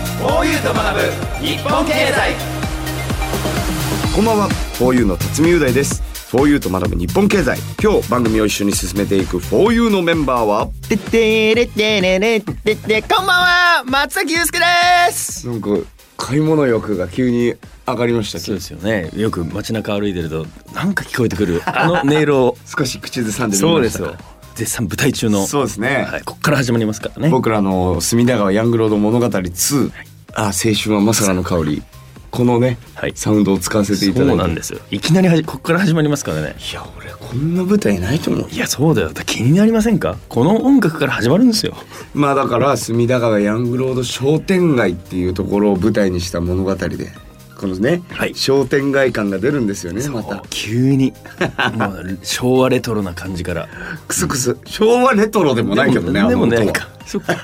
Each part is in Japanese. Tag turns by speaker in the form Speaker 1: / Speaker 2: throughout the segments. Speaker 1: と学ぶ日本経済
Speaker 2: こんばんは、フォーユーの辰巳雄大です。フォーユーと学ぶ日本経済。今日番組を一緒に進めていくフォーユーのメンバーは、
Speaker 3: てってれってれれってってこんばんは松崎祐介です
Speaker 2: なんか買い物欲が急に上がりました
Speaker 4: そうですよねよく街中歩いてるとなんか聞こえてくるあの音 色を
Speaker 2: 少し口ずさんでみ
Speaker 4: そう
Speaker 2: ま
Speaker 4: で
Speaker 2: し
Speaker 4: す
Speaker 2: た
Speaker 4: よ
Speaker 2: か
Speaker 4: 絶賛舞台中の
Speaker 2: そうですね
Speaker 4: はい、こっから始まりますからね
Speaker 2: 僕らの隅田川ヤングロード物語2、あ青春はまさかの香りこのね、
Speaker 4: はい
Speaker 2: サウンドを使わせていただ
Speaker 4: そ
Speaker 2: いうて
Speaker 4: なんですよいきなりはじこっから始まりますからね
Speaker 2: いや俺こんな舞台ないと思う
Speaker 4: いやそうだよだから気になりませんかこの音楽から始まるんですよ
Speaker 2: まあだから隅田川ヤングロード商店街っていうところを舞台にした物語でこのね、
Speaker 4: はい
Speaker 2: 商店街感が出るんですよねまた
Speaker 4: お急に もう昭和レトロな感じから
Speaker 2: クスクス昭和レトロでもないけどね
Speaker 4: でも
Speaker 2: あの音は
Speaker 4: ないかそっか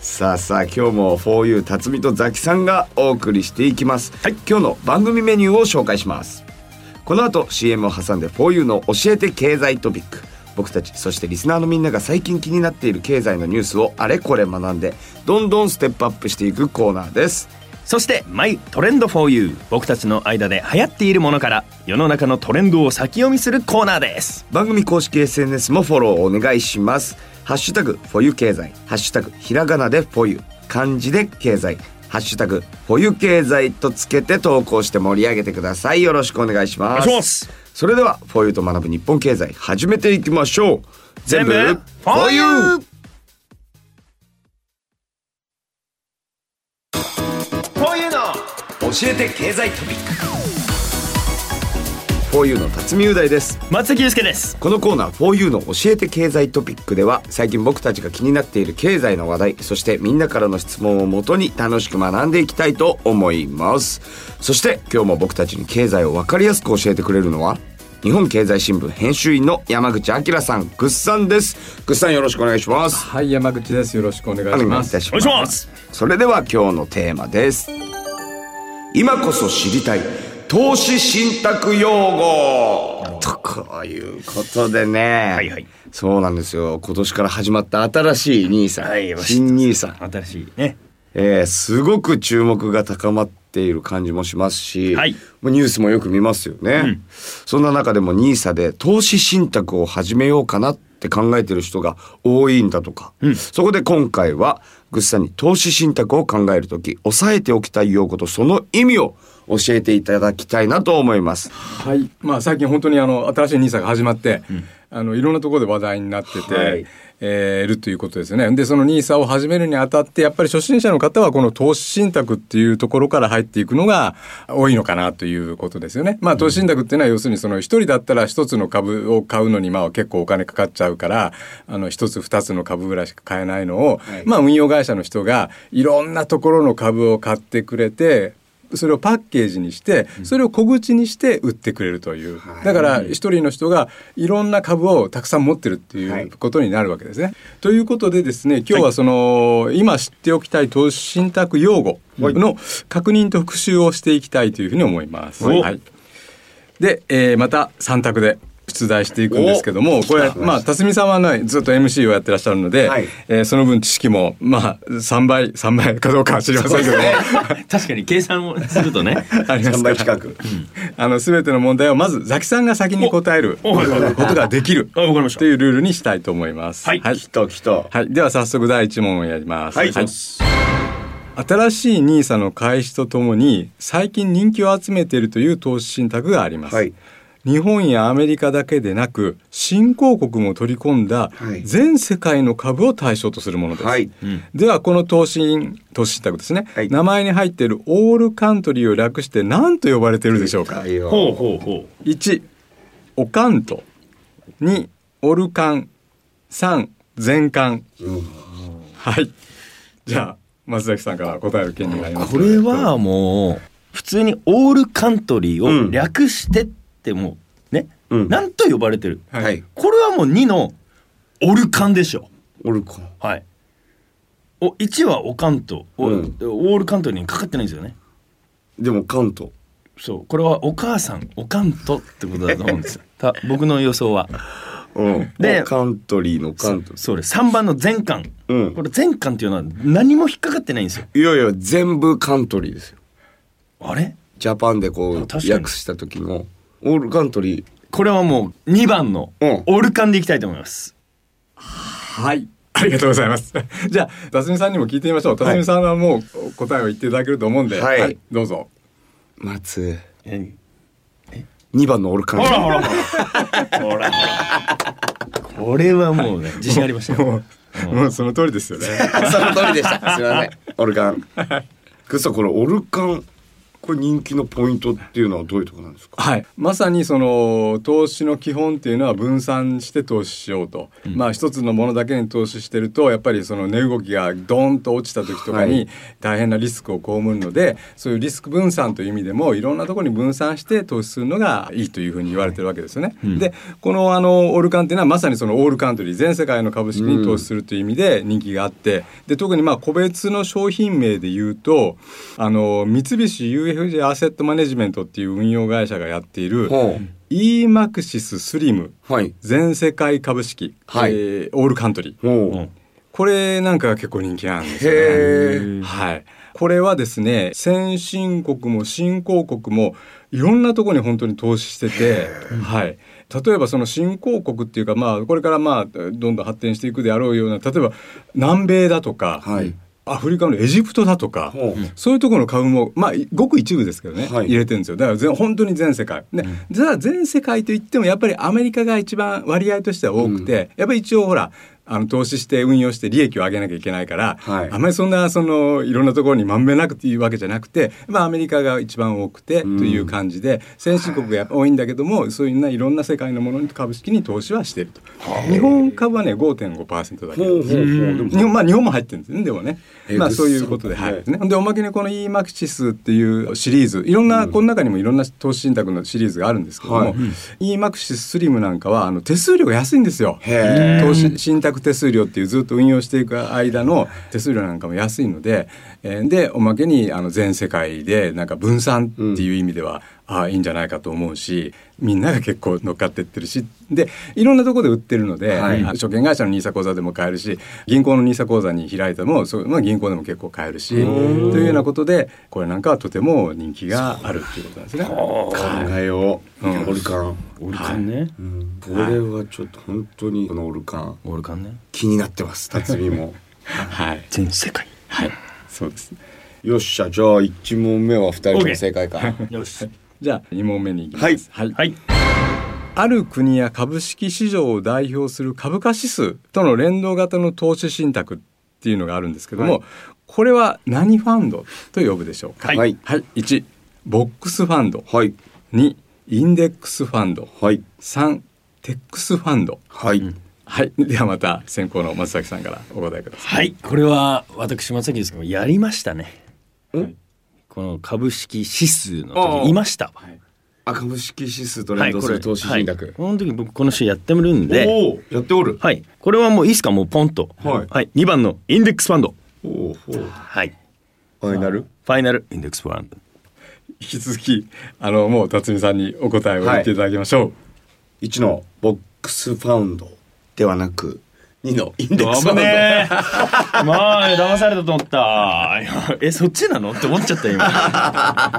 Speaker 2: さあさあ今日も 4U 辰巳とザキさんがお送りしていきます、
Speaker 4: はい
Speaker 2: 今日の番組メニューを紹介しますこの後 CM を挟んで 4U の教えて経済トピック僕たちそしてリスナーのみんなが最近気になっている経済のニュースをあれこれ学んでどんどんステップアップしていくコーナーです
Speaker 4: そして「マイトレンド 4U」僕たちの間で流行っているものから世の中のトレンドを先読みするコーナーです
Speaker 2: 番組公式 SNS もフォローお願いしますハッシュタグフォユ経済ハッシュタグひらがなでフォユ漢字で経済ハッシュタグフォユ経済とつけて投稿して盛り上げてくださいよろしくお願いします
Speaker 4: お願いします
Speaker 2: それではフォユと学ぶ日本経済始めていきましょう
Speaker 4: 全部
Speaker 2: フォユ
Speaker 4: 4U
Speaker 2: 教えて経済トピックフォユの辰巳雄大です
Speaker 4: 松崎祐介です
Speaker 2: このコーナー 4U の教えて経済トピックでは最近僕たちが気になっている経済の話題そしてみんなからの質問をもとに楽しく学んでいきたいと思いますそして今日も僕たちに経済を分かりやすく教えてくれるのは日本経済新聞編集員の山口明さんぐっさんですぐっさんよろしくお願いします
Speaker 5: はい山口ですよろしくお願い
Speaker 2: お
Speaker 5: し
Speaker 2: 願
Speaker 5: ま
Speaker 2: いい
Speaker 5: す
Speaker 2: たし
Speaker 4: お願
Speaker 2: ま
Speaker 4: い
Speaker 2: す
Speaker 4: します
Speaker 2: それでは今日のテーマです今こそ知りたい投資信託用語とこういうことでね、
Speaker 4: はいはい
Speaker 2: そうなんですよ今年から始まった新しいニーサ
Speaker 4: はい
Speaker 2: 新ニーサ
Speaker 4: 新しいね
Speaker 2: えーすごく注目が高まっている感じもしますし、
Speaker 4: はい
Speaker 2: もうニュースもよく見ますよね、そんな中でもニーサで投資信託を始めようかなって考えてる人が多いんだとか、そこで今回はぐっさんに投資信託を考える時押さえておきたい用語とその意味を教えていただきたいなと思います。
Speaker 5: はいまあ最近本当にあの新しいニーサが始まって、あのいろんなところで話題になってて、
Speaker 2: はい
Speaker 5: えーいるということですよねでそのニーサを始めるにあたってやっぱり初心者の方はこの投資信託っていうところから入っていくのが多いのかなということですよねまあ投資信託っていうのは要するにその一人だったら一つの株を買うのにまあ結構お金かかっちゃうからあの一つ二つの株ぐらいしか買えないのを、まあ運用会社の人がいろんなところの株を買ってくれてそれをパッケージにしてそれを小口にして売ってくれるという、だから一人の人がいろんな株をたくさん持ってるって
Speaker 2: はいいう
Speaker 5: ことになるわけですね。ということでですね今日はその、今知っておきたい投資信託用語の確認と復習をしていきたいというふうに思います。
Speaker 4: お
Speaker 5: はい、で、えーまた3択で出題していくんですけどもこれまあ辰巳さんはねずっと MC をやってらっしゃるので、
Speaker 2: はい
Speaker 5: えーその分知識もまあ3倍3倍かどうかは知りませんけども。
Speaker 4: 確かに計算をするとね
Speaker 5: あります
Speaker 2: 販
Speaker 5: か
Speaker 2: 売
Speaker 5: ら
Speaker 2: 企画
Speaker 5: あの全ての問題をまずザキさんが先に答える
Speaker 4: おおはいはいはい
Speaker 5: ことができる
Speaker 4: あわかりました
Speaker 5: というルールにしたいと思います。
Speaker 4: はい
Speaker 5: はい
Speaker 2: 来た来た
Speaker 5: はいでは早速第一問をやります。
Speaker 2: はい
Speaker 5: 新しいニーサの開始とともに最近人気を集めているという投資信託があります。
Speaker 2: はい
Speaker 5: 日本やアメリカだけでなく新興国も取り込んだ
Speaker 2: はい
Speaker 5: 全世界の株を対象とするものです、
Speaker 2: はい
Speaker 5: ではこの投資信投資信託ですね、
Speaker 2: はい
Speaker 5: 名前に入っているオールカントリーを略して何と呼ばれているでしょうか
Speaker 2: 来たよ
Speaker 4: ほうほうほ
Speaker 5: 1おかんと2オルカン3全巻、はいじゃあ松崎さんから答える権利があります
Speaker 4: これはもう普通にオールカントリーを略してってもうね、
Speaker 2: うん
Speaker 4: なんと呼ばれてる
Speaker 5: はい、
Speaker 2: はい
Speaker 4: これはもう2のオルカンでしょ
Speaker 2: オルコン
Speaker 4: はいお1はオカンとお
Speaker 2: うん
Speaker 4: オールカントリーにかかってないんですよね
Speaker 2: でも関東
Speaker 4: そうこれはお母さんおかんとってことだと思うんですよた僕の予想は
Speaker 2: うん、
Speaker 4: で
Speaker 2: でカントリーのカントリ
Speaker 4: そうです3番の全巻、
Speaker 2: うん
Speaker 4: これ全巻っていうのは何も引っかかってないんですよ
Speaker 2: ーいやいや全部カントリーですよ
Speaker 4: あれ
Speaker 2: ジャパンでこう
Speaker 4: あ確かに
Speaker 2: 訳した時のオールカントリー
Speaker 4: これはもう2番の
Speaker 2: うん
Speaker 4: オルカンでいきたいと思います、
Speaker 5: はい。ありがとうございます。 じゃあ、辰巳さんにも聞いてみましょう。辰巳さんはもう答えを言っていただけると思うんで、
Speaker 2: はい
Speaker 5: どうぞ。
Speaker 2: 松
Speaker 4: え
Speaker 2: 2番のオールカン
Speaker 4: ほ
Speaker 2: トリー
Speaker 4: らほらほらほらこれはもうね自信ありましたよ
Speaker 5: もう、もうその通りですよね。
Speaker 2: その通りでしたすいませんオルカンくさこれオルカンこれ人気のポイントっていうのはどういうところなんですか
Speaker 5: はい、まさにその投資の基本っていうのは分散して投資しようと、まあ一つのものだけに投資してるとやっぱりその値動きがドーンと落ちた時とか
Speaker 2: は
Speaker 5: に
Speaker 2: い
Speaker 5: 大変なリスクを被るので、そういうリスク分散という意味でもいろんなところに分散して投資するのがいいというふうに言われてるわけですよね。でこのあのオールカンっていうのはまさにそのオールカントリー全世界の株式に投資するという意味で人気があってで特にまあ個別の商品名で言うとあの三菱 UFJ アセットマネジメントっていう運用会社がやっている
Speaker 2: ほ
Speaker 5: EMAXIS スリム
Speaker 2: はい
Speaker 5: 全世界株式、
Speaker 2: はい
Speaker 5: えーオールカントリー
Speaker 2: も
Speaker 4: う
Speaker 2: うん
Speaker 5: これなんかが結構人気なんですよね。
Speaker 2: へー
Speaker 5: はい、これはですね先進国も新興国もいろんなところに本当に投資してて、はい、例えばその新興国っていうか、まあ、これからまあどんどん発展していくであろうような例えば南米だとか、
Speaker 2: はい
Speaker 5: アフリカのエジプトだとか、
Speaker 2: ほう
Speaker 5: そういうところの株も、まあ、いごく一部ですけどね、
Speaker 2: はい
Speaker 5: 入れてるんですよ。だから全本当に全世界。ね、じゃあ全世界といっても、やっぱりアメリカが一番割合としては多くて、やっぱり一応ほら、あの投資して運用して利益を上げなきゃいけないから、
Speaker 2: はい
Speaker 5: あまりそんなそのいろんなところにまんべんなくっていうわけじゃなくて、まあ、アメリカが一番多くてという感じで、先進国がやっぱ多いんだけどもそういうないろんな世界のものに株式に投資はしていると日本株はね5.5%だけ
Speaker 2: ほうほう
Speaker 5: ど
Speaker 2: ほうでも
Speaker 5: 日本まあ日本も入ってるんですねでもね、
Speaker 2: えー
Speaker 5: まあ
Speaker 2: ぐっ
Speaker 5: そういうことで、
Speaker 2: さん
Speaker 5: は
Speaker 2: はい
Speaker 5: い、ねでおまけにこの e マクシスっていうシリーズいろんな、この中にもいろんな投資信託のシリーズがあるんですけども、
Speaker 2: はい
Speaker 5: e マクシススリムなんかはあの手数料が安いんですよ
Speaker 2: へ
Speaker 5: 投資信託手数料っていうずっと運用していく間の手数料なんかも安いので、えーでおまけにあの全世界でなんか分散っていう意味では、ああいいんじゃないかと思うしみんなが結構乗っかってってるしでいろんなところで売ってるので、
Speaker 2: はい
Speaker 5: あ証券会社の NISA 口座でも買えるし銀行の NISA 口座に開いてもそう、まあ、銀行でも結構買えるしというようなことでこれなんかはとても人気があるっていうことなんですね。
Speaker 2: 考えよう、
Speaker 5: うん
Speaker 2: オルカン、
Speaker 4: オルカンね、
Speaker 2: これはちょっと本当にこのオルカン
Speaker 4: オルカンね
Speaker 2: 気になってます辰巳も
Speaker 5: はい、
Speaker 4: 全世界
Speaker 5: はい、そうです
Speaker 2: よっしゃじゃあ1問目は2人とも正解か、
Speaker 4: よし
Speaker 5: じゃあ2問目に行きます。はい
Speaker 4: はい
Speaker 5: ある国や株式市場を代表する株価指数との連動型の投資信託っていうのがあるんですけども、
Speaker 2: はい
Speaker 5: これは何ファンドと呼ぶでしょうか
Speaker 4: はい
Speaker 2: はい
Speaker 5: 1ボックスファンド
Speaker 2: はい
Speaker 5: 2インデックスファンド
Speaker 2: はい
Speaker 5: 3テックスファンド
Speaker 2: はい、
Speaker 5: はいではまた先行の松崎さんからお答えください
Speaker 4: はいこれは私松崎ですけどもやりましたねこの株式指数の
Speaker 2: ああ
Speaker 4: 時いましたわ
Speaker 2: あ株式指数と
Speaker 4: は
Speaker 2: 連
Speaker 4: い
Speaker 2: 動
Speaker 4: こ
Speaker 2: す
Speaker 4: れ
Speaker 2: る投資信託、
Speaker 4: はいこの時僕この週やってるんで
Speaker 2: おおやっておる
Speaker 4: はいこれはもういいですかもうポンと
Speaker 2: はい
Speaker 4: 2番のインデックスファンド
Speaker 2: おおおフ
Speaker 4: はい
Speaker 2: ァイナル
Speaker 4: ファイナルインデックスファンド
Speaker 5: 引き続きあのもう辰巳さんにお答えを言っていただきましょう、
Speaker 2: 1のボックスファウンドではなく2のインデックスファウンド、
Speaker 4: ねえまあ騙されたと思ったいや えそっちなのって思っちゃった今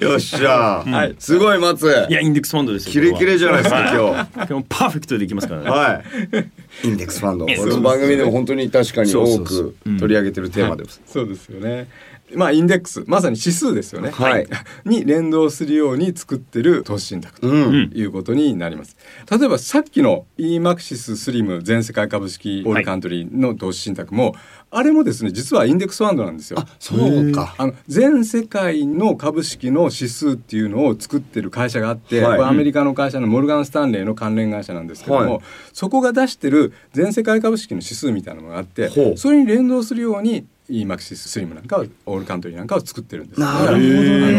Speaker 2: よっしゃ、
Speaker 5: はい
Speaker 2: すごい松
Speaker 4: いやインデックスファンドですよ
Speaker 2: キレキレじゃないですか
Speaker 4: はい
Speaker 2: 今
Speaker 4: 今日もパーフェクトでいきますから
Speaker 2: 日
Speaker 4: ね
Speaker 2: はいインデックスファンドこ
Speaker 4: そう
Speaker 2: の番組でも本当に確かに
Speaker 4: そうそ
Speaker 2: 多
Speaker 4: うそう
Speaker 2: く取り上げてるテーマです
Speaker 5: そうですよね。まあインデックスまさに指数ですよね。
Speaker 2: はい
Speaker 5: に連動するように作ってる投資信託と
Speaker 2: うん
Speaker 5: いうことになります。例えばさっきの e マクシススリム全世界株式オールカントリーの投資信託も、あれもですね実はインデックスファンドなんですよ。
Speaker 2: そうか
Speaker 5: あの全世界の株式の指数っていうのを作ってる会社があって、
Speaker 2: はい
Speaker 5: これアメリカの会社のモルガン・スタンレーの関連会社なんですけども、
Speaker 2: はい
Speaker 5: そこが出してる全世界株式の指数みたいなのがあって
Speaker 2: ほう
Speaker 5: それに連動するように e マクシススリムなんかをオールカントリーなんかを作ってるんです
Speaker 2: なる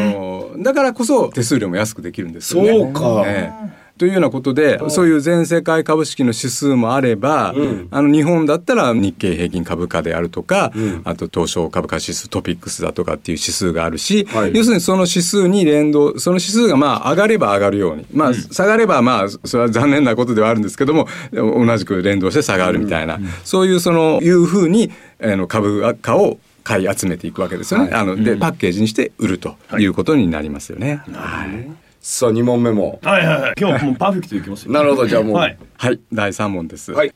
Speaker 2: ほど
Speaker 5: ど、あのだからこそ手数料も安くできるんですよね。
Speaker 2: そうか
Speaker 5: ええというようなことでそういう全世界株式の指数もあれば、あの日本だったら日経平均株価であるとか、あと東証株価指数トピックスだとかっていう指数があるし、
Speaker 2: はい
Speaker 5: 要するにその指数に連動その指数がまあ上がれば上がるようにまあ下がればまあそれは残念なことではあるんですけども同じく連動して下がるみたいな、そういうそのいうふうにあの株価を買い集めていくわけですよね。あのでパッケージにして売るということになりますよね。
Speaker 2: さあ2問目も
Speaker 4: はいはいはい。今日もうパーフェクトいきますよ。
Speaker 2: なるほどじゃあもう
Speaker 4: はい。
Speaker 5: はい、第三問です。
Speaker 2: はい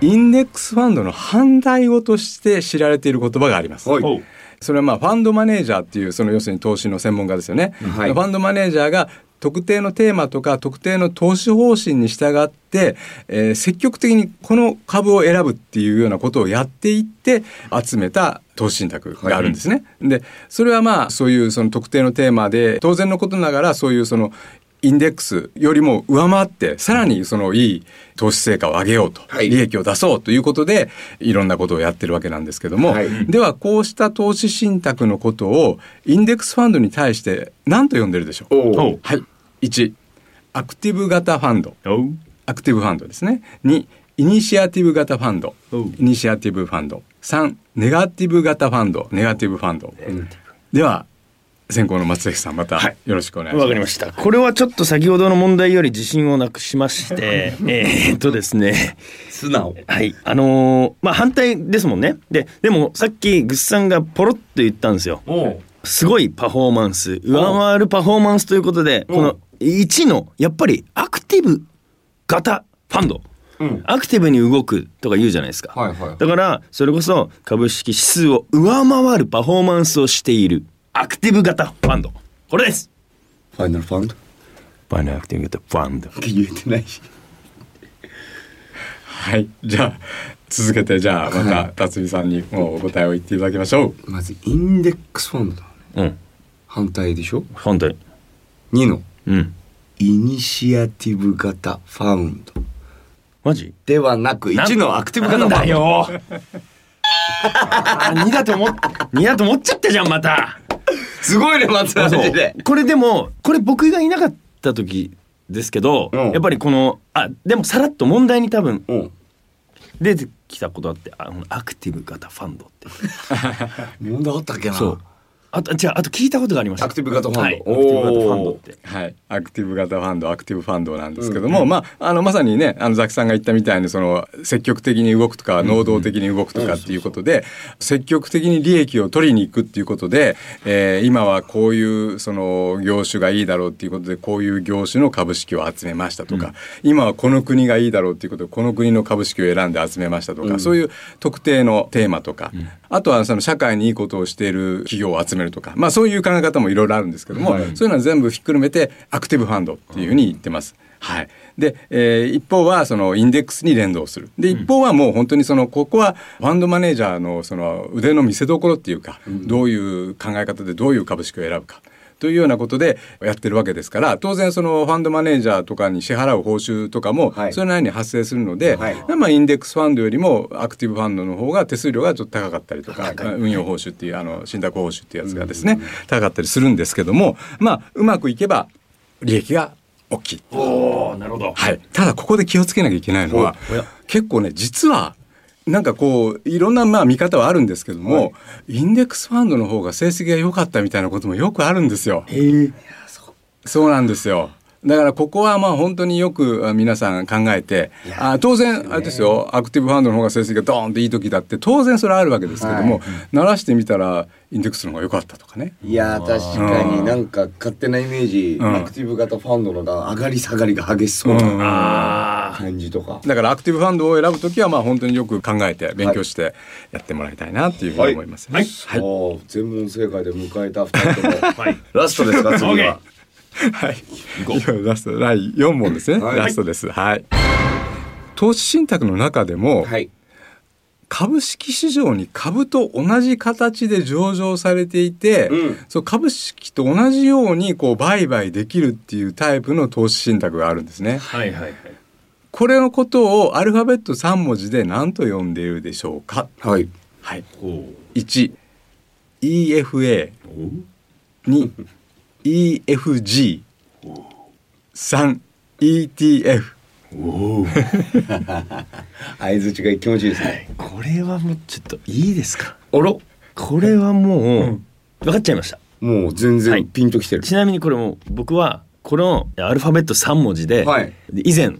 Speaker 5: インデックスファンドの反対語として知られている言葉があります。
Speaker 2: はい
Speaker 4: おう
Speaker 5: それはまあファンドマネージャーっていうその要するに投資の専門家ですよね。
Speaker 2: はい
Speaker 5: ファンドマネージャーが特定のテーマとか特定の投資方針に従って、えー積極的にこの株を選ぶっていうようなことをやっていって集めた投資信託があるんですね。でそれはまあそういうその特定のテーマで当然のことながらそういうそのインデックスよりも上回ってさらにそのいい投資成果を上げようと、
Speaker 2: はい
Speaker 5: 利益を出そうということでいろんなことをやってるわけなんですけども、
Speaker 2: はい
Speaker 5: ではこうした投資信託のことをインデックスファンドに対して何と呼んでるでしょう
Speaker 2: お
Speaker 4: お
Speaker 2: お
Speaker 4: う
Speaker 5: はい1アクティブ型ファンド
Speaker 4: おう
Speaker 5: アクティブファンドですね2イニシアティブ型ファンド
Speaker 4: おう
Speaker 5: イニシアティブファンド3ネガティブ型ファンドネガティブファンド、では先行の松崎さんまたよろしくお願いします。
Speaker 4: わかりました。これはちょっと先ほどの問題より自信をなくしま して、えーっとですね。
Speaker 1: 素直
Speaker 4: はい。あのーまあ反対ですもんね。で、でもさっきぐっさんがポロッと言ったんですよ。
Speaker 1: おう
Speaker 4: すごいパフォーマンス、上回るパフォーマンスということで、この1の、やっぱりアクティブ型ファンド。アクティブに動くとか言うじゃないですか。
Speaker 2: はいはい
Speaker 4: だから、それこそ株式指数を上回るパフォーマンスをしているアクティブ型ファンド。これです
Speaker 2: ファイナルファンド
Speaker 4: バナーアクティブ型ファンド。
Speaker 2: 言えてないし
Speaker 5: はい、じゃあ続けてじゃあまた辰巳さんにもうお答えを言っていただきましょう。
Speaker 2: まずインデックスファンドだね
Speaker 4: うん。
Speaker 2: 反対でしょ
Speaker 4: 反対。
Speaker 2: 2の
Speaker 4: うん。
Speaker 2: イニシアティブ型ファウンド
Speaker 4: マジ
Speaker 2: ではなく
Speaker 4: なん
Speaker 2: 1のアクティブ型ファ
Speaker 4: なん
Speaker 2: ウンド
Speaker 4: だよ あー2だと思っ2だと思っちゃったじゃんまた
Speaker 2: すごいね松田マジで
Speaker 4: これでもこれ僕がいなかった時ですけど、
Speaker 2: うん
Speaker 4: やっぱりこのあでもさらっと問題に多分
Speaker 2: うん
Speaker 4: 出てきたことあってあこのアクティブ型ファンドって
Speaker 2: 問題あったっけな
Speaker 4: そうあと違うあと聞いたことがありました
Speaker 2: アクティブ型ファンド
Speaker 4: はい、アクテ
Speaker 2: おー
Speaker 4: ィブ型ファンドって
Speaker 5: はい、アクティブ型ファンドアクティブファンドなんですけども、まあ、あのまさにねあのザキさんが言ったみたいにその積極的に動くとか能動的に動くとかっていうことで積極的に利益を取りに行くっていうことで、えー今はこういうその業種がいいだろうっていうことでこういう業種の株式を集めましたとか、今はこの国がいいだろうっていうことでこの国の株式を選んで集めましたとか、そういう特定のテーマとか、あとはその社会にいいことをしている企業を集めるとか、まあ、そういう考え方もいろいろあるんですけども、そういうのは全部ひっくるめてアクティブファンドっていうふうに言ってます。はい、で、えー一方はそのインデックスに連動するで一方はもう本当にそのここはファンドマネージャーのその腕の見せ所っていうか、どういう考え方でどういう株式を選ぶか。というようなことでやってるわけですから当然そのファンドマネージャーとかに支払う報酬とかも
Speaker 2: はい
Speaker 5: それなりに発生するので、
Speaker 2: はい
Speaker 5: まあ、インデックスファンドよりもアクティブファンドの方が手数料がちょっと高かったりとか運用報酬っていうあの信託報酬っていうやつがですね、高かったりするんですけども、まあ、うまくいけば利益が大きい。
Speaker 4: おおなるほど
Speaker 5: はい、ただここで気をつけなきゃいけないのは
Speaker 4: おや
Speaker 5: 結構ね実はなんかこういろんなまあ見方はあるんですけども、インデックスファンドの方が成績が良かったみたいなこともよくあるんですよ。そうなんですよ。だからここはまあ本当によくあ皆さん考えて、あ当然あれですよ、アクティブファンドの方が成績がドーンといい時だって当然それはあるわけですけども、鳴らしてみたらインデックスの方が良かったとかね。
Speaker 2: いやー確かになんか勝手なイメージ、
Speaker 5: うん
Speaker 2: アクティブ型ファンドのが上がり下がりが激しそう
Speaker 5: うん
Speaker 2: な
Speaker 4: あー
Speaker 2: 感じとか、
Speaker 5: だからアクティブファンドを選ぶときはまあ本当によく考えて勉強してやってもらいたいなっていうふうに思いますね。
Speaker 4: はい
Speaker 2: はい、全問正解で迎えた2人とも、 ラストですか次
Speaker 4: OK
Speaker 2: は
Speaker 5: はい。今ラスト第四問ですね。
Speaker 2: はい
Speaker 5: ラストです。はい。投資信託の中で も、
Speaker 2: はい
Speaker 5: 株式市場に株と同じ形で上場されていて、
Speaker 2: うん
Speaker 5: そう株式と同じようにこう売買できるっていうタイプの投資信託があるんですね。
Speaker 4: はいはいはい
Speaker 5: これのことをアルファベット三文字で何と呼んでいるでしょうか。
Speaker 2: はい
Speaker 5: はい。
Speaker 4: おー
Speaker 5: 一 EFA 二 EFG 三 ETF
Speaker 2: 相づちが気持ちいいですね。
Speaker 4: これはもうちょっといいですか
Speaker 2: あら
Speaker 4: これはもう、分かっちゃいました
Speaker 2: もう全
Speaker 4: は
Speaker 2: 然
Speaker 4: い
Speaker 2: ピンときてる。
Speaker 4: ちなみにこれも僕はこのアルファベット3文字で,、
Speaker 2: はい
Speaker 4: で以前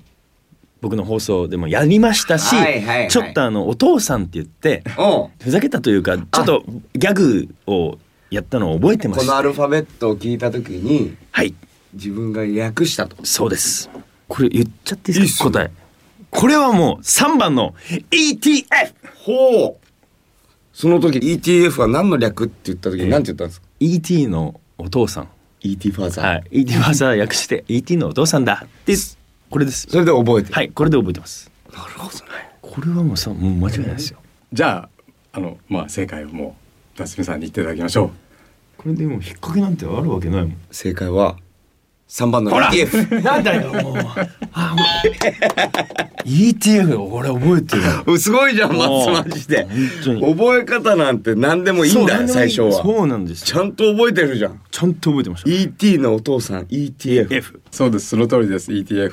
Speaker 4: 僕の放送でもやりましたし、
Speaker 2: はいはいはい
Speaker 4: ちょっとあのお父さんって言って
Speaker 2: うん。
Speaker 4: ふざけたというかちょっとギャグをやったのを覚えてま
Speaker 2: こ
Speaker 4: し
Speaker 2: のア
Speaker 4: た
Speaker 2: ルファベットを聞いたときに
Speaker 4: はい
Speaker 2: 自分が訳したと。
Speaker 4: そうですこれ言っちゃっていいですか答えこれはもう3番の ETF
Speaker 2: ほう。その時 ETF は何の略って言った時に何て言ったんですか
Speaker 4: ET のお父さん
Speaker 2: ?ET ファーザー。
Speaker 4: はい、ET はさ訳して ET のお父さんだってこれです
Speaker 2: それで覚えてる。
Speaker 4: はいこれで覚えてます
Speaker 2: なるほどね。
Speaker 4: これはもうさもう間違いないですよ
Speaker 5: じゃああのまあ正解をもう辰巳さんに言っていただきましょう
Speaker 4: これでも引っ掛けなんてあるわけないもん
Speaker 2: 正解は3番の ETF。
Speaker 4: なんだよもうあもう ETF 俺覚えてる
Speaker 2: うんすごいじゃん、
Speaker 4: もう
Speaker 2: 松マジで。
Speaker 4: 本当に
Speaker 2: 覚え方なんて何でもいいんだよ、
Speaker 4: そう
Speaker 2: 最初は。
Speaker 4: そうなんです
Speaker 2: ち
Speaker 4: よ
Speaker 2: ゃんと覚えてるじゃん。
Speaker 4: ちゃんと覚えてました
Speaker 2: ET のお父さん ETF。
Speaker 4: F
Speaker 5: そうですその通りです ETF。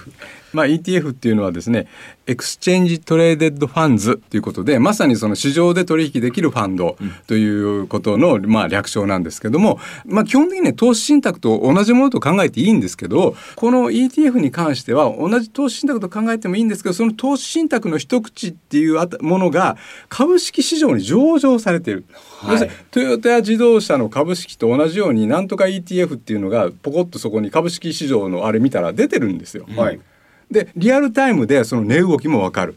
Speaker 5: まあ ETF っていうのはですねエクスチェンジトレーデッドファンズということでまさにその市場で取引できるファンドということの、まあ、略称なんですけども、まあ、基本的にね投資信託と同じものと考えていいんですけどこの ETF に関しては同じ投資信託と考えてもいいんですけどその投資信託の一口っていうあたものが株式市場に上場されている。要するにトヨタ自動車の株式と同じようになんとか ETF っていうのがポコッとそこに株式市場のあれ見たら出てるんですよ。
Speaker 2: はい。
Speaker 5: でリアルタイムでその値動きもわかる。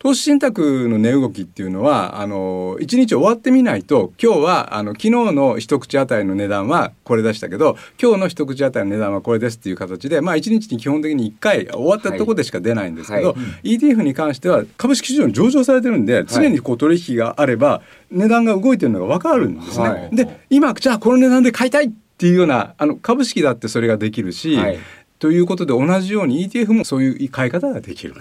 Speaker 5: 投資信託の値動きっていうのはあの一日終わってみないと今日はあの昨日の一口当たりの値段はこれでしたけど今日の一口当たりの値段はこれですっていう形でまあ一日に基本的に1回終わったところでしか出ないんですけど、
Speaker 2: はい
Speaker 5: ETF に関しては株式市場に上場されてるんで常にこう取引があれば値段が動いてるのが分かるんですね。
Speaker 2: はい
Speaker 5: で今じゃあこの値段で買いたいっていうようなあの株式だってそれができるし、
Speaker 2: はい
Speaker 5: ということで同じように ETF もそういう買い方ができる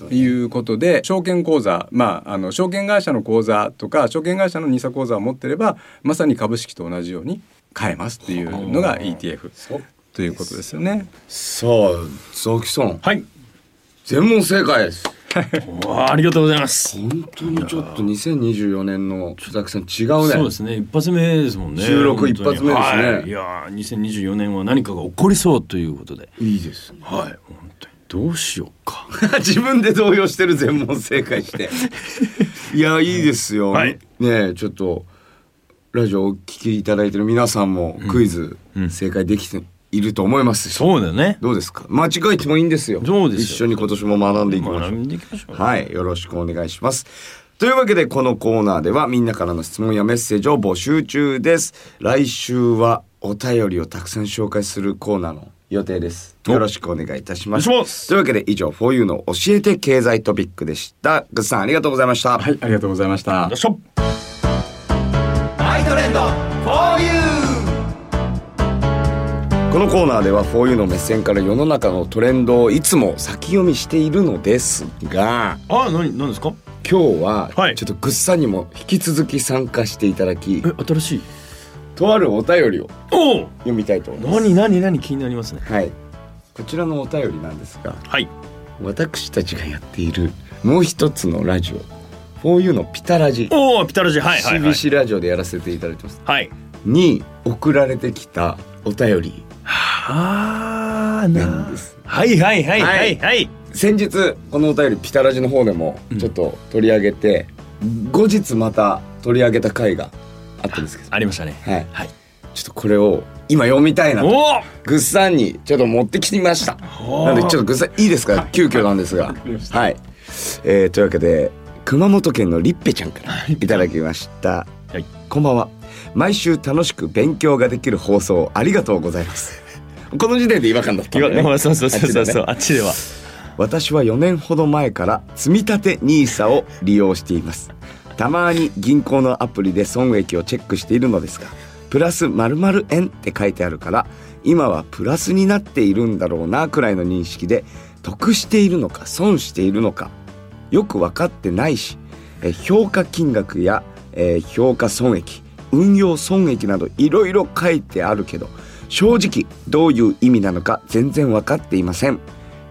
Speaker 5: ということで証券口座まああの証券会社の口座とか証券会社の NISA 口座を持ってればまさに株式と同じように買えますっていうのが ETF ということですよね。
Speaker 2: さあ、佐木さん。
Speaker 4: はい
Speaker 2: 全問正解です。
Speaker 4: わあありがとうございます
Speaker 2: 本当にちょっと2024年の佐々木さん違うね。
Speaker 4: そうですね一発目ですもんね
Speaker 2: 収録
Speaker 4: 本当に
Speaker 2: 一発目ですね
Speaker 4: はい、いやー2024年は何かが起こりそうということで
Speaker 2: いいですね。
Speaker 4: はい本当にどうしようか
Speaker 2: 自分で動揺してる全問正解して。 いや、いいですよ。
Speaker 4: はい
Speaker 2: ねえ、ちょっと、ラジオをお聞きいただいてる皆さんもクイズ正解できていると思いますし、
Speaker 4: そうだよね
Speaker 2: どうですか間違えてもいいんですよ。
Speaker 4: そうです
Speaker 2: 一緒
Speaker 4: よ
Speaker 2: に今年も学んでいきましょ
Speaker 4: 学
Speaker 2: うん
Speaker 4: でいきましょう
Speaker 2: はい、よろしくお願いします。というわけでこのコーナーではみんなからの質問やメッセージを募集中です。来週はお便りをたくさん紹介するコーナーの予定です。よろしくお願いいたします。
Speaker 4: お願いします
Speaker 2: というわけで以上 4U の教えて経済トピックでした。グッさんありがとうございました。
Speaker 5: はいありがとうございました。
Speaker 4: よいしょ
Speaker 1: マイトレンド 4U
Speaker 2: このコーナーでは 4U の目線から世の中のトレンドをいつも先読みしているのですが、
Speaker 4: あ何何ですか
Speaker 2: 今日は
Speaker 4: はい
Speaker 2: ちょっとグッさんにも引き続き参加していただき、
Speaker 4: え新しい
Speaker 2: とあるお便りを
Speaker 4: おお
Speaker 2: 読みたいと思います。
Speaker 4: 何何何気になりますね
Speaker 2: はい。こちらのお便りなんですが、
Speaker 4: はい
Speaker 2: 私たちがやっているもう一つのラジオ、4U のピタラジ、
Speaker 4: おおピタラジはいはいはい
Speaker 2: CBC ラジオでやらせていただいてます。
Speaker 4: はい
Speaker 2: に送られてきたお便り
Speaker 4: はあ
Speaker 2: な
Speaker 4: なん
Speaker 2: です。
Speaker 4: はいはいはい
Speaker 2: は
Speaker 4: はいいはい
Speaker 2: 先日このお便りピタラジの方でもちょっと取り上げて、後日また取り上げた回があったんですけど、
Speaker 4: ありましたね
Speaker 2: はい。
Speaker 4: はい
Speaker 2: ちょっとこれを今読みたいなと。
Speaker 4: お
Speaker 2: グッさんにちょっと持ってきました。
Speaker 4: お
Speaker 2: なんでちょっとグッさんいいですか急遽なんですが。はい。えー、というわけで熊本県のリッペちゃんからいただきました。
Speaker 4: はい
Speaker 2: こんばんは。毎週楽しく勉強ができる放送ありがとうござい ます。この時点で違和感だったんだね、
Speaker 4: 今そうそうそうそうそう
Speaker 2: あっちでね
Speaker 4: あっちでは
Speaker 2: 私は4年ほど前から積み立て NISA を利用していますたまに銀行のアプリで損益をチェックしているのですがプラス〇〇円って書いてあるから今はプラスになっているんだろうなくらいの認識で得しているのか損しているのかよく分かってないしえ評価金額やえー評価損益運用損益などいろいろ書いてあるけど正直どういう意味なのか全然分かっていません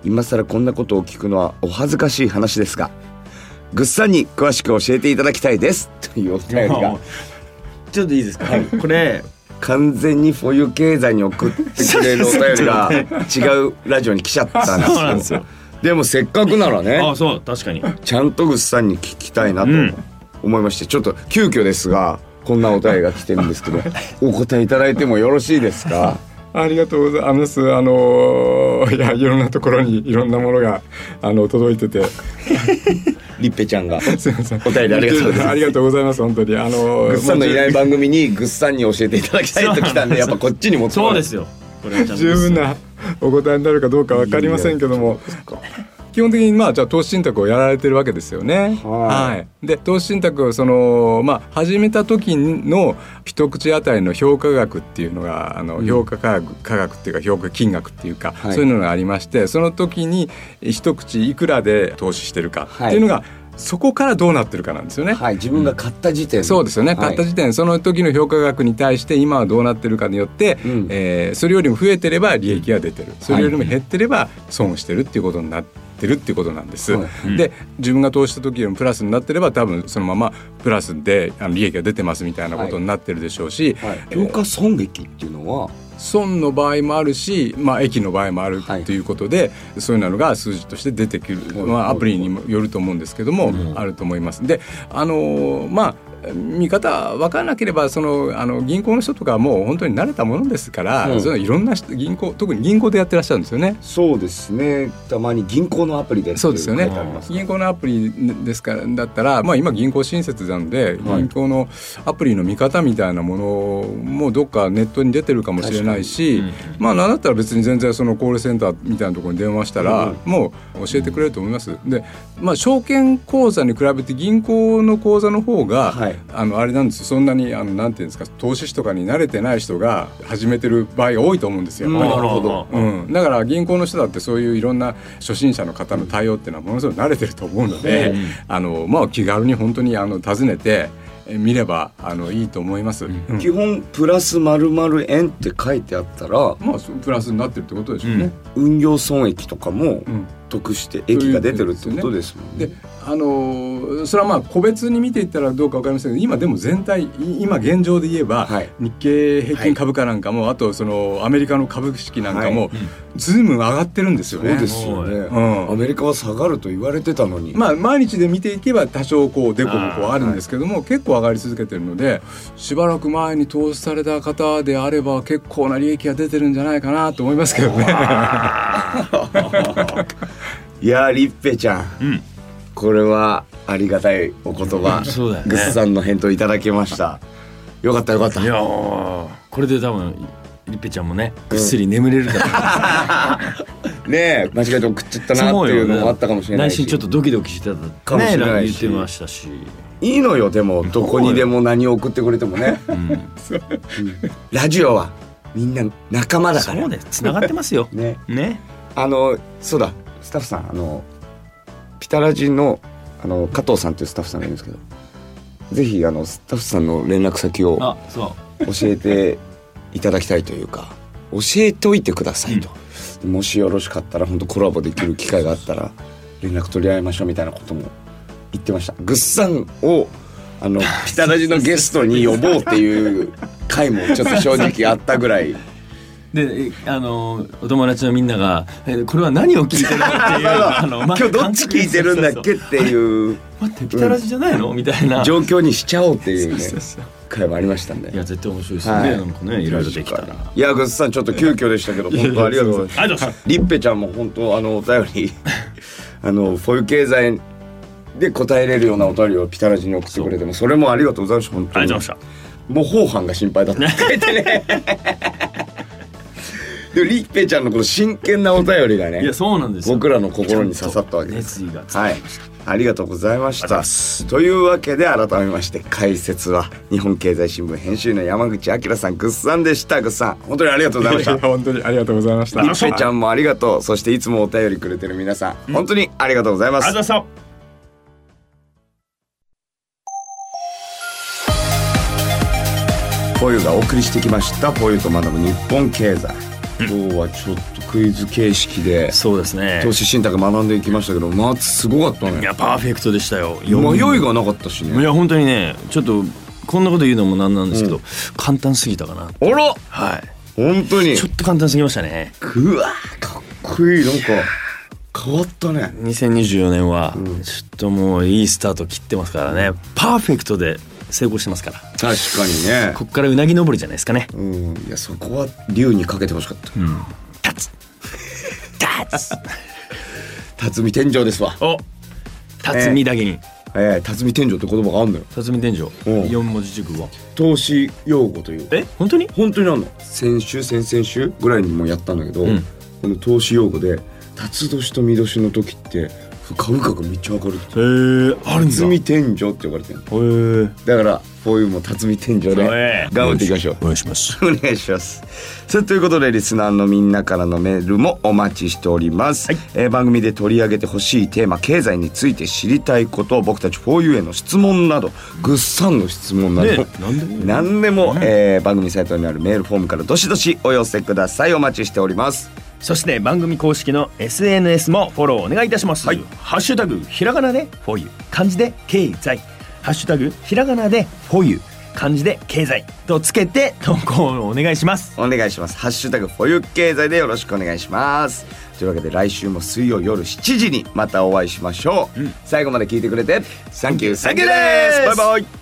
Speaker 2: 今更こんなことを聞くのはお恥ずかしい話ですがぐっさんに詳しく教えていただきたいですというお便りが
Speaker 4: ちょっといいですか、これ
Speaker 2: 完全にフォユ経済に送ってくれるお便りが違うラジオに来ちゃったんですよ
Speaker 4: そうなんですよ
Speaker 2: でもせっかくならね
Speaker 4: あそう確かに
Speaker 2: ちゃんとぐっさんに聞きたいなと
Speaker 4: ん
Speaker 2: 思いまして、ちょっと急遽ですがこんなお便りが来てるんですけ どお答えいただいてもよろしいですか
Speaker 5: ありがとうございます。あのーいやいろんなところにいろんなものがあの届いてて、
Speaker 2: りっぺちゃんが
Speaker 5: すみません。
Speaker 2: お便りありがとうございます
Speaker 5: ありがとうございます本当にあのー
Speaker 2: ぐっさんのい
Speaker 5: もう
Speaker 2: ない番組にぐっさんに教えていただきたいと来たんでやっぱこっちに持って
Speaker 4: そうですすよこれはちゃんと
Speaker 5: 十分なお答えになるかどうかわかりませんけども。基本的にまあじゃあ投資信託をやられてるわけですよね。
Speaker 2: はい
Speaker 5: いで投資信託をそのまあ始めた時の一口当たりの評価額っていうのがあの評価価格,、価格っていうか評価金額っていうか、
Speaker 2: はい
Speaker 5: そういうのがありましてその時に一口いくらで投資してるかっていうのが、そこからどうなってるかなんですよね。
Speaker 2: はい自分が買った時点
Speaker 5: そうですよね、買った時点その時の評価額に対して今はどうなってるかによって、
Speaker 2: うん
Speaker 5: えーそれよりも増えてれば利益が出てるそれよりも減ってれば損をしてるっていうことになってるっていうことなんです、
Speaker 2: はい
Speaker 5: で自分が投資した時よりもプラスになってれば多分そのままプラスであの利益が出てますみたいなことになってるでしょうし、
Speaker 2: はい、評価損益っていうのは
Speaker 5: 損の場合もあるし、まあ、益の場合もある
Speaker 2: はい
Speaker 5: ということで、そういうのが数字として出てくる、
Speaker 2: はい
Speaker 5: まあ、アプリにもよると思うんですけども、あると思います。であのーまあ見方分からなければそのあの銀行の人とかはもう本当に慣れたものですから、
Speaker 2: うん
Speaker 5: そのいろんな人銀行特に銀行でやってらっしゃるんですよね。
Speaker 2: そうですねたまに銀行のアプリでって
Speaker 5: そうですよね
Speaker 2: 書いてあります
Speaker 5: 銀行のアプリですからだったら、まあ、今銀行親切なので、
Speaker 2: はい
Speaker 5: 銀行のアプリの見方みたいなものもどっかネットに出てるかもしれないし、まあなんだったら別に全然そのコールセンターみたいなところに電話したら、もう教えてくれると思います。で、まあ、証券口座に比べて銀行の口座の方が、
Speaker 2: はい
Speaker 5: あのあれなんですよそんなにあのなんていうんですか投資とかに慣れてない人が始めてる場合が多いと思うんですよ。やっぱり
Speaker 2: なるほど
Speaker 5: うん、だから銀行の人だってそういういろんな初心者の方の対応っていうのはものすごく慣れてると思うので、あのまあ気軽に本当にあの訪ねてえ見ればあのいいと思います。うん
Speaker 2: 基本プラス〇〇円って書いてあったら
Speaker 5: まあそうプラスになってるってことでしょうね。
Speaker 2: 運用損益とかも
Speaker 5: うん
Speaker 2: 得して益が出てるってことですもんね
Speaker 5: で。あのーそれはまあ個別に見ていったらどうかわかりませんけど今でも全体い今現状で言えば、
Speaker 2: はい
Speaker 5: 日経平均株価なんかも、あとそのアメリカの株式なんかも、ずいぶん上がってるんですよね。
Speaker 2: そうですよね、
Speaker 5: うん
Speaker 2: アメリカは下がると言われてたのに、
Speaker 5: まあ、毎日で見ていけば多少こうデコボコあるんですけども、結構上がり続けてるのでしばらく前に投資された方であれば結構な利益が出てるんじゃないかなと思いますけどね。
Speaker 2: いやーリッペちゃん、これはありがたいお言葉、
Speaker 4: そうだよね
Speaker 2: グッズさんの返答いただきましたよかったよかった
Speaker 4: いやーこれで多分りっぺちゃんもねぐっすり眠れる かな
Speaker 2: ねえ間違えて送っちゃった
Speaker 4: と
Speaker 2: な
Speaker 4: 思
Speaker 2: っ
Speaker 4: う
Speaker 2: てい
Speaker 4: よ
Speaker 2: うのもあったかもしれない
Speaker 4: 内
Speaker 2: し
Speaker 4: 心ちょっとドキドキしてた
Speaker 2: かもしれないし
Speaker 4: ね言ってましたし
Speaker 2: いいのよでもどこにでも何を送ってくれてもね、うんラジオはみんな仲間だか
Speaker 4: そ
Speaker 2: ら
Speaker 4: うね繋がってますよ
Speaker 2: ね
Speaker 4: ね
Speaker 2: あのそうだスタッフさんあのピタラジのあの加藤さんというスタッフさんがいるんですけどぜひあのスタッフさんの連絡先を
Speaker 4: あそ
Speaker 2: 教えていただきたいというか教えておいてくださいと、もしよろしかったら本当コラボできる機会があったら連絡取り合いましょうみたいなことも言ってましたぐっさんをあ のピタラジのゲストに呼ぼうっていう回もちょっと正直あったぐらい
Speaker 4: うでえあのーお友達のみんながえこれは何を聞いてるのって いうあの
Speaker 2: 今
Speaker 4: ま
Speaker 2: 日どっち聞いてるんだっけっていう
Speaker 4: 待ってピタラジじゃないのみたいな
Speaker 2: 状況にしちゃおうっていうね
Speaker 4: そうそう
Speaker 2: 回もありましたんで
Speaker 4: いや絶対面白いですね、
Speaker 2: はい
Speaker 4: なんかねいろいろできたら
Speaker 2: いやぐっさんちょっと急遽でしたけど本当ありがとうございます
Speaker 4: ありがとうございます
Speaker 2: リッペちゃんも本当あのお便り あのフォユ経済で答えれるようなお便りをピタラジに送ってくれてもそれもありがとうございました本当
Speaker 4: あ
Speaker 2: に
Speaker 4: りがとうございま
Speaker 2: 模倣犯が心配だったって書いてね でもリッペちゃんのこの真剣なお便りが
Speaker 4: い
Speaker 2: ね
Speaker 4: やそうなんですよ
Speaker 2: 僕らの心に刺さったわけです
Speaker 4: 熱意が伝わって
Speaker 2: はい、ありがとうございました。というわけで改めまして解説は日本経済新聞編集の山口明さんぐっさんでしたぐっさん本当にありがとうございま した。
Speaker 5: 本当にありがとうございました。
Speaker 2: りっぺちゃんもありがとうそしていつもお便りくれてる皆さん本当にありがとうございます、
Speaker 4: したありがとうございました
Speaker 2: フォーユーがお送りしてきました「フォーユーと学ぶ日本経済」今日はちょっとクイズ形式で
Speaker 4: そうですね
Speaker 2: 投資信託学んでいきましたけどまあすごかった
Speaker 4: い
Speaker 2: ね
Speaker 4: やパーフェクトでしたよ
Speaker 2: 迷いがなかったし
Speaker 4: い
Speaker 2: ね
Speaker 4: や本当にねちょっとこんなこと言うのもなんなんですけど、簡単すぎたかな
Speaker 2: あら
Speaker 4: は
Speaker 2: 本当
Speaker 4: い
Speaker 2: に
Speaker 4: ちょっと簡単すぎましたね
Speaker 2: うわかっこいいなんか変わったね
Speaker 4: 2024年はちょっともういいスタート切ってますからねパーフェクトで成功してますから
Speaker 2: 確かにね
Speaker 4: こっからうなぎ登りじゃないですかね
Speaker 2: うんいやそこは龍にかけてほしかった
Speaker 4: 立つ立つ
Speaker 2: 辰巳天井ですわ
Speaker 4: お辰巳だけに
Speaker 2: えー、辰巳天井って言葉があるのよ
Speaker 4: 辰巳天井
Speaker 2: うん
Speaker 4: 四文字熟語
Speaker 2: 投資用語という
Speaker 4: え本当に
Speaker 2: 本当にあんの先週先々週ぐらいにもやったんだけど、
Speaker 4: ん
Speaker 2: この投資用語で辰年と巳年の時って株価がめっちゃ上がるって
Speaker 4: へえあるん
Speaker 2: 辰巳天井って呼ばれてるのだからこういうも辰巳天井で頑
Speaker 4: ええ
Speaker 2: 張っていきましょう
Speaker 4: お願いします
Speaker 2: お願いします。さあということでリスナーのみんなからのメールもお待ちしております、えー番組で取り上げてほしいテーマ経済について知りたいこと僕たち 4U への質問などぐっさんの質問など、
Speaker 4: ね何でもいい よ
Speaker 2: 何でも、えー番組サイトにあるメールフォームからどしどしお寄せくださいお待ちしております
Speaker 4: そして番組公式の SNS もフォローお願いいたします。ハッシュタグひらがなで for you 漢字で経済ハッシュタグひらがなで for you 漢字で経済とつけて投稿をお願いします。
Speaker 2: お願いしますハッシュタグ保有経済でよろしくお願いしますというわけで来週も水曜夜7時にまたお会いしましょう、最後まで聞いてくれてサンキューサンキューですバイバイ